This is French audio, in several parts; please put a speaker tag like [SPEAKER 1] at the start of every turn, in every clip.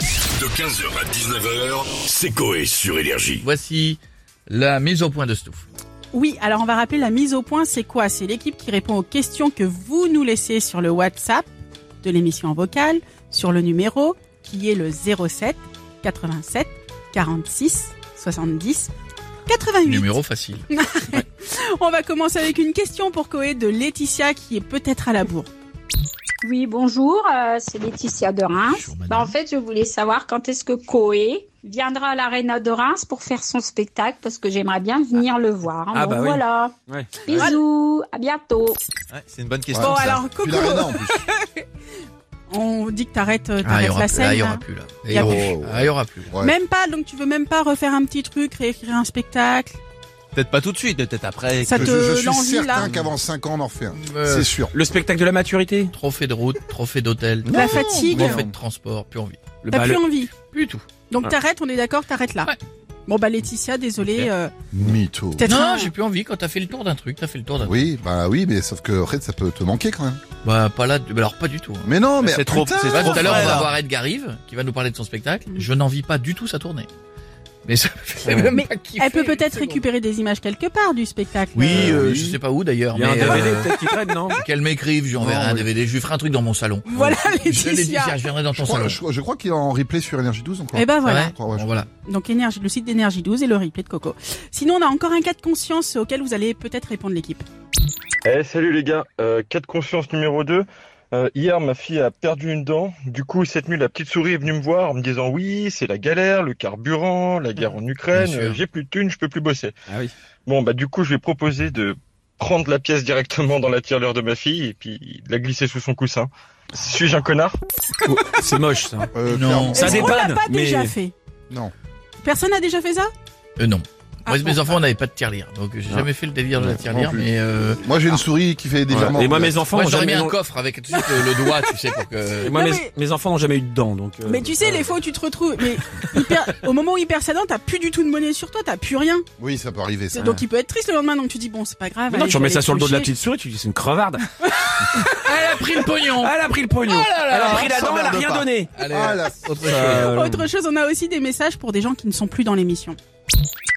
[SPEAKER 1] De 15h à 19h, c'est Coé sur Énergie.
[SPEAKER 2] Voici la mise au point de Stouff.
[SPEAKER 3] Oui, alors on va rappeler la mise au point, c'est quoi C'est l'équipe qui répond aux questions que vous nous laissez sur le WhatsApp de l'émission en vocal, sur le numéro qui est le 07 87 46 70 88.
[SPEAKER 2] Numéro facile.
[SPEAKER 3] On va commencer avec une question pour Coé de Laetitia qui est peut-être à la bourre.
[SPEAKER 4] Oui, bonjour, euh, c'est Laetitia de Reims.
[SPEAKER 2] Bonjour, madame.
[SPEAKER 4] Bah, en fait, je voulais savoir quand est-ce que Coé viendra à l'Arena de Reims pour faire son spectacle parce que j'aimerais bien venir le voir.
[SPEAKER 5] Ah,
[SPEAKER 4] Bon,
[SPEAKER 5] bah oui.
[SPEAKER 4] voilà.
[SPEAKER 5] Ouais.
[SPEAKER 4] Bisous, à bientôt.
[SPEAKER 5] c'est une bonne
[SPEAKER 3] bon
[SPEAKER 5] question. ça.
[SPEAKER 3] alors Coco, on dit que t'arrêtes, euh,
[SPEAKER 2] Ah, il y
[SPEAKER 3] t'arrêtes
[SPEAKER 2] aura plus.
[SPEAKER 3] la
[SPEAKER 2] Là, il
[SPEAKER 3] scène.
[SPEAKER 2] y
[SPEAKER 3] là.
[SPEAKER 2] aura plus. Là,
[SPEAKER 3] Il y a
[SPEAKER 2] Ah,
[SPEAKER 6] plus.
[SPEAKER 2] il y aura plus.
[SPEAKER 6] Ouais.
[SPEAKER 3] Même pas, donc tu veux même pas refaire un petit truc, réécrire un spectacle.
[SPEAKER 5] Peut-être pas tout de suite, mais peut-être après.
[SPEAKER 3] Ça
[SPEAKER 6] Je,
[SPEAKER 3] te-
[SPEAKER 6] je suis
[SPEAKER 3] l'envie, là.
[SPEAKER 6] certain qu'avant 5 ans, on en refait un.
[SPEAKER 2] Euh,
[SPEAKER 6] C'est sûr.
[SPEAKER 7] Le spectacle de la maturité
[SPEAKER 2] Trophée de route, trophée d'hôtel,
[SPEAKER 5] Non,
[SPEAKER 3] la fatigue,
[SPEAKER 5] bon,
[SPEAKER 2] trophée de transport, plus envie.
[SPEAKER 7] le,
[SPEAKER 3] t'as
[SPEAKER 7] bah,
[SPEAKER 3] plus
[SPEAKER 7] le-
[SPEAKER 3] envie.
[SPEAKER 2] Plus tout.
[SPEAKER 3] Donc
[SPEAKER 7] Ouais.
[SPEAKER 3] t'arrêtes, on est d'accord, t'arrêtes là.
[SPEAKER 2] Ouais.
[SPEAKER 3] Bon bah Laetitia, désolé.
[SPEAKER 2] Ok.
[SPEAKER 3] euh,
[SPEAKER 6] Mytho.
[SPEAKER 3] peut-être
[SPEAKER 2] Non,
[SPEAKER 3] un-
[SPEAKER 2] j'ai plus envie quand t'as fait le tour d'un truc, t'as fait le tour d'un truc.
[SPEAKER 6] Oui, bah oui, mais sauf que après, ça peut te manquer quand même.
[SPEAKER 2] Bah, pas là, bah, alors pas du tout. hein.
[SPEAKER 6] Mais non, mais
[SPEAKER 5] C'est trop-
[SPEAKER 6] putain,
[SPEAKER 5] c'est
[SPEAKER 2] Tu vois,
[SPEAKER 5] trop
[SPEAKER 2] tout à l'heure, on
[SPEAKER 5] frais,
[SPEAKER 2] va
[SPEAKER 5] là.
[SPEAKER 2] voir Edgar Rive qui va nous parler de son spectacle.
[SPEAKER 3] Mm.
[SPEAKER 2] Je n'envie pas du tout sa tournée. Mais ça me fait même
[SPEAKER 3] Mais
[SPEAKER 2] pas kiffer
[SPEAKER 3] Elle peut
[SPEAKER 2] une
[SPEAKER 3] peut-être
[SPEAKER 2] seconde.
[SPEAKER 3] récupérer des images quelque part du spectacle.
[SPEAKER 2] Oui,
[SPEAKER 3] Euh,
[SPEAKER 2] euh,
[SPEAKER 6] oui.
[SPEAKER 2] je sais pas où d'ailleurs.
[SPEAKER 7] Il y a un
[SPEAKER 2] mais, euh,
[SPEAKER 7] DVD peut-être qui traîne, non
[SPEAKER 2] Qu'elle m'écrive, j'enverrai
[SPEAKER 6] Non,
[SPEAKER 2] un
[SPEAKER 6] oui.
[SPEAKER 2] DVD, je lui ferai un truc dans mon salon.
[SPEAKER 3] Voilà
[SPEAKER 2] Je l'ai dit,
[SPEAKER 3] Laetitia.
[SPEAKER 2] tiens, je viendrai dans
[SPEAKER 6] je
[SPEAKER 2] ton salon.
[SPEAKER 6] crois, je- je crois qu'il est en replay sur Énergie 12 encore.
[SPEAKER 3] Et ben voilà.
[SPEAKER 2] Ouais.
[SPEAKER 6] Encore, ouais, je-
[SPEAKER 2] Bon, voilà.
[SPEAKER 3] Donc énergie, le site d'énergie 12 et le replay de Coco. Sinon, on a encore un cas de conscience auquel vous allez peut-être répondre l'équipe.
[SPEAKER 8] Eh salut les gars, euh, cas de conscience numéro 2. Euh, hier ma fille a perdu une dent, du coup cette nuit la petite souris est venue me voir en me disant oui c'est la galère, le carburant, la guerre en Ukraine,
[SPEAKER 2] sûr.
[SPEAKER 8] euh, j'ai plus de thunes, je peux plus bosser.
[SPEAKER 7] Ah oui.
[SPEAKER 8] Bon bah du coup je lui ai proposé de prendre la pièce directement dans la tirelire de ma fille et puis de la glisser sous son coussin. Suis-je un connard
[SPEAKER 7] C'est moche, ça.
[SPEAKER 6] Euh,
[SPEAKER 2] Non.
[SPEAKER 6] clairement.
[SPEAKER 7] Ça
[SPEAKER 3] Est-ce qu'on
[SPEAKER 7] dépanne,
[SPEAKER 3] l'a pas
[SPEAKER 7] mais-
[SPEAKER 3] déjà fait
[SPEAKER 6] Non.
[SPEAKER 3] Personne n'a déjà fait ça
[SPEAKER 2] Euh, non.
[SPEAKER 3] Ah,
[SPEAKER 2] moi, et mes
[SPEAKER 3] bon.
[SPEAKER 2] enfants, on n'avait pas de tirelire. Donc, j'ai
[SPEAKER 7] Non.
[SPEAKER 2] jamais fait le délire de la
[SPEAKER 6] Ouais,
[SPEAKER 2] tirelire,
[SPEAKER 6] non plus.
[SPEAKER 2] mais euh,
[SPEAKER 6] Moi, j'ai une souris qui fait des virements.
[SPEAKER 7] Et moi, mes enfants
[SPEAKER 2] moi,
[SPEAKER 7] ont
[SPEAKER 2] j'aurais
[SPEAKER 7] jamais.
[SPEAKER 2] mis un
[SPEAKER 7] non-
[SPEAKER 2] coffre avec tout de suite le, le doigt, tu sais, pour
[SPEAKER 7] Et
[SPEAKER 2] que.
[SPEAKER 7] moi,
[SPEAKER 3] Non,
[SPEAKER 7] mes,
[SPEAKER 3] mais-
[SPEAKER 7] mes enfants n'ont jamais eu de dents, donc. euh,
[SPEAKER 3] Mais tu sais,
[SPEAKER 7] euh,
[SPEAKER 3] les fois où tu te retrouves, mais hyper- au moment où il perd sa dent, t'as plus du tout de monnaie sur toi, t'as plus rien.
[SPEAKER 6] Oui, ça peut arriver. Ça.
[SPEAKER 3] Donc il peut être triste le lendemain, donc tu dis bon, c'est pas grave.
[SPEAKER 7] mais
[SPEAKER 3] allez,
[SPEAKER 7] non, tu
[SPEAKER 3] je
[SPEAKER 7] remets
[SPEAKER 3] vais
[SPEAKER 7] ça sur le dos de la
[SPEAKER 3] toucher.
[SPEAKER 7] petite souris, tu dis c'est une crevarde.
[SPEAKER 2] Elle a pris le pognon!
[SPEAKER 7] Ah, Elle a pris le pognon.
[SPEAKER 2] Ah là là,
[SPEAKER 7] elle a pris
[SPEAKER 2] on
[SPEAKER 7] la dent, elle a
[SPEAKER 2] s'emmerde
[SPEAKER 7] rien
[SPEAKER 2] pas.
[SPEAKER 7] donné.
[SPEAKER 2] Allez,
[SPEAKER 6] Ah, la-
[SPEAKER 2] autre chose.
[SPEAKER 7] Ça, non.
[SPEAKER 3] Autre chose, on a aussi des messages pour des gens qui ne sont plus dans l'émission.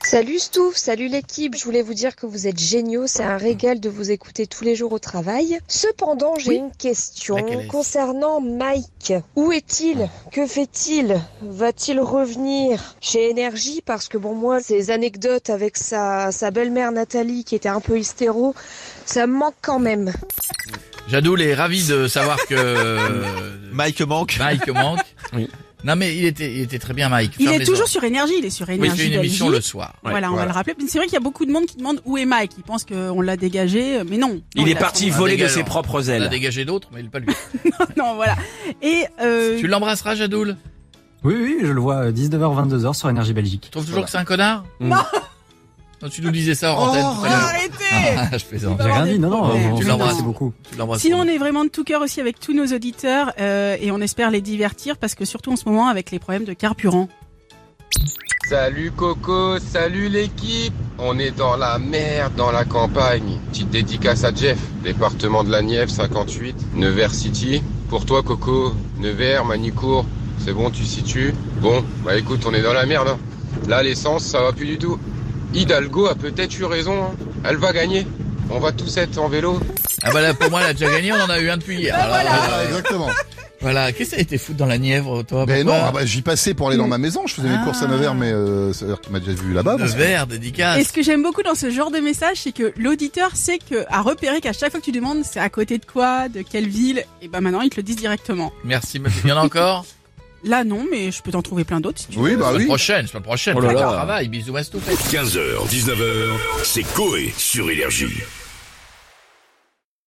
[SPEAKER 9] Salut Stouff, salut l'équipe. Je voulais vous dire que vous êtes géniaux. C'est un régal de vous écouter tous les jours au travail. Cependant, j'ai
[SPEAKER 3] Oui.
[SPEAKER 9] une question
[SPEAKER 2] Laquelle est-ce Ah.
[SPEAKER 9] concernant Mike. Où est-il Que fait-il Va-t-il revenir chez Énergie Parce que bon, moi, ces anecdotes avec sa, sa belle-mère Nathalie qui était un peu hystéro, ça me manque quand même.
[SPEAKER 2] Jadoul est ravi de savoir que euh,
[SPEAKER 5] Mike manque.
[SPEAKER 2] Mike manque.
[SPEAKER 7] Oui.
[SPEAKER 2] Non, mais il était, il était très bien, Mike.
[SPEAKER 3] Il
[SPEAKER 2] Ferme
[SPEAKER 3] est
[SPEAKER 2] les
[SPEAKER 3] toujours
[SPEAKER 2] oreilles.
[SPEAKER 3] sur énergie, il est sur
[SPEAKER 2] Oui,
[SPEAKER 3] énergie.
[SPEAKER 2] c'est une émission
[SPEAKER 3] Belgique.
[SPEAKER 2] le soir.
[SPEAKER 7] Ouais,
[SPEAKER 3] voilà, on
[SPEAKER 6] voilà.
[SPEAKER 3] va le rappeler. Mais C'est vrai qu'il y a beaucoup de monde qui demande où est Mike. Ils pensent qu'on l'a dégagé, euh, mais non. Non,
[SPEAKER 7] Il est
[SPEAKER 3] a
[SPEAKER 7] parti
[SPEAKER 2] son-
[SPEAKER 7] voler de
[SPEAKER 2] dégage,
[SPEAKER 7] ses
[SPEAKER 2] hein.
[SPEAKER 7] propres
[SPEAKER 2] On a
[SPEAKER 7] ailes.
[SPEAKER 2] dégagé d'autres, mais pas lui.
[SPEAKER 3] son- Non, voilà. Et euh,
[SPEAKER 2] Tu l'embrasseras, Jadoul?
[SPEAKER 10] Oui, oui, je le vois euh, 19h, 22h sur Énergie Belgique.
[SPEAKER 2] Tu trouves toujours que c'est un connard?
[SPEAKER 7] Non.
[SPEAKER 2] Non, tu nous disais ça
[SPEAKER 3] Oh,
[SPEAKER 2] en antenne. tout à l'heure.
[SPEAKER 3] arrêtez
[SPEAKER 2] Ah, je plaisante.
[SPEAKER 10] J'ai rien dit, non,
[SPEAKER 3] Ouais.
[SPEAKER 10] non,
[SPEAKER 2] Tu
[SPEAKER 10] vous
[SPEAKER 2] l'embrasses.
[SPEAKER 10] merci beaucoup.
[SPEAKER 2] Tu
[SPEAKER 7] ah,
[SPEAKER 2] l'embrasses.
[SPEAKER 3] Sinon, on est vraiment de tout cœur aussi avec tous nos auditeurs euh, et on espère les divertir parce que surtout en ce moment avec les problèmes de carburant.
[SPEAKER 11] Salut Coco, salut l'équipe On est dans la merde, dans la campagne. Petite dédicace à Jeff, département de la Nièvre 58, Nevers City. Pour toi Coco, Nevers, Manicourt, c'est bon, tu situes Bon, bah écoute, on est dans la merde. hein. Là, l'essence, ça va plus du tout. Hidalgo a peut-être eu raison, hein. elle va gagner. On va tous être en vélo.
[SPEAKER 2] Ah bah là, pour moi, elle a déjà gagné, on en a eu un depuis hier.
[SPEAKER 3] Bah
[SPEAKER 2] Alors,
[SPEAKER 6] Voilà,
[SPEAKER 2] euh,
[SPEAKER 6] Ah, exactement.
[SPEAKER 2] voilà. qu'est-ce que t'as été foutre dans la Nièvre, toi
[SPEAKER 6] Ben non,
[SPEAKER 2] pourquoi
[SPEAKER 6] ah bah, j'y passais pour aller dans ma maison. Je faisais
[SPEAKER 2] Ah.
[SPEAKER 6] mes courses à Nevers, mais euh, c'est qui m'a déjà vu là-bas.
[SPEAKER 2] Le
[SPEAKER 6] parce que-
[SPEAKER 2] verre,
[SPEAKER 7] Ah,
[SPEAKER 3] Et
[SPEAKER 2] dédicace.
[SPEAKER 3] ce que j'aime beaucoup dans ce genre de message, c'est que l'auditeur sait que à repérer qu'à chaque fois que tu demandes c'est à côté de quoi, de quelle ville, et ben maintenant ils te le disent directement.
[SPEAKER 2] Merci, meuf. Il y en a encore
[SPEAKER 3] Là non, mais je peux t'en trouver plein d'autres. si tu
[SPEAKER 6] Oui, bah
[SPEAKER 2] Semaine
[SPEAKER 6] oui.
[SPEAKER 2] prochaine, semaine prochaine.
[SPEAKER 7] Oh là
[SPEAKER 2] Faites
[SPEAKER 7] là.
[SPEAKER 2] un travail, bisous, mastoufette.
[SPEAKER 1] 15h, 19h, c'est Coé sur Énergie.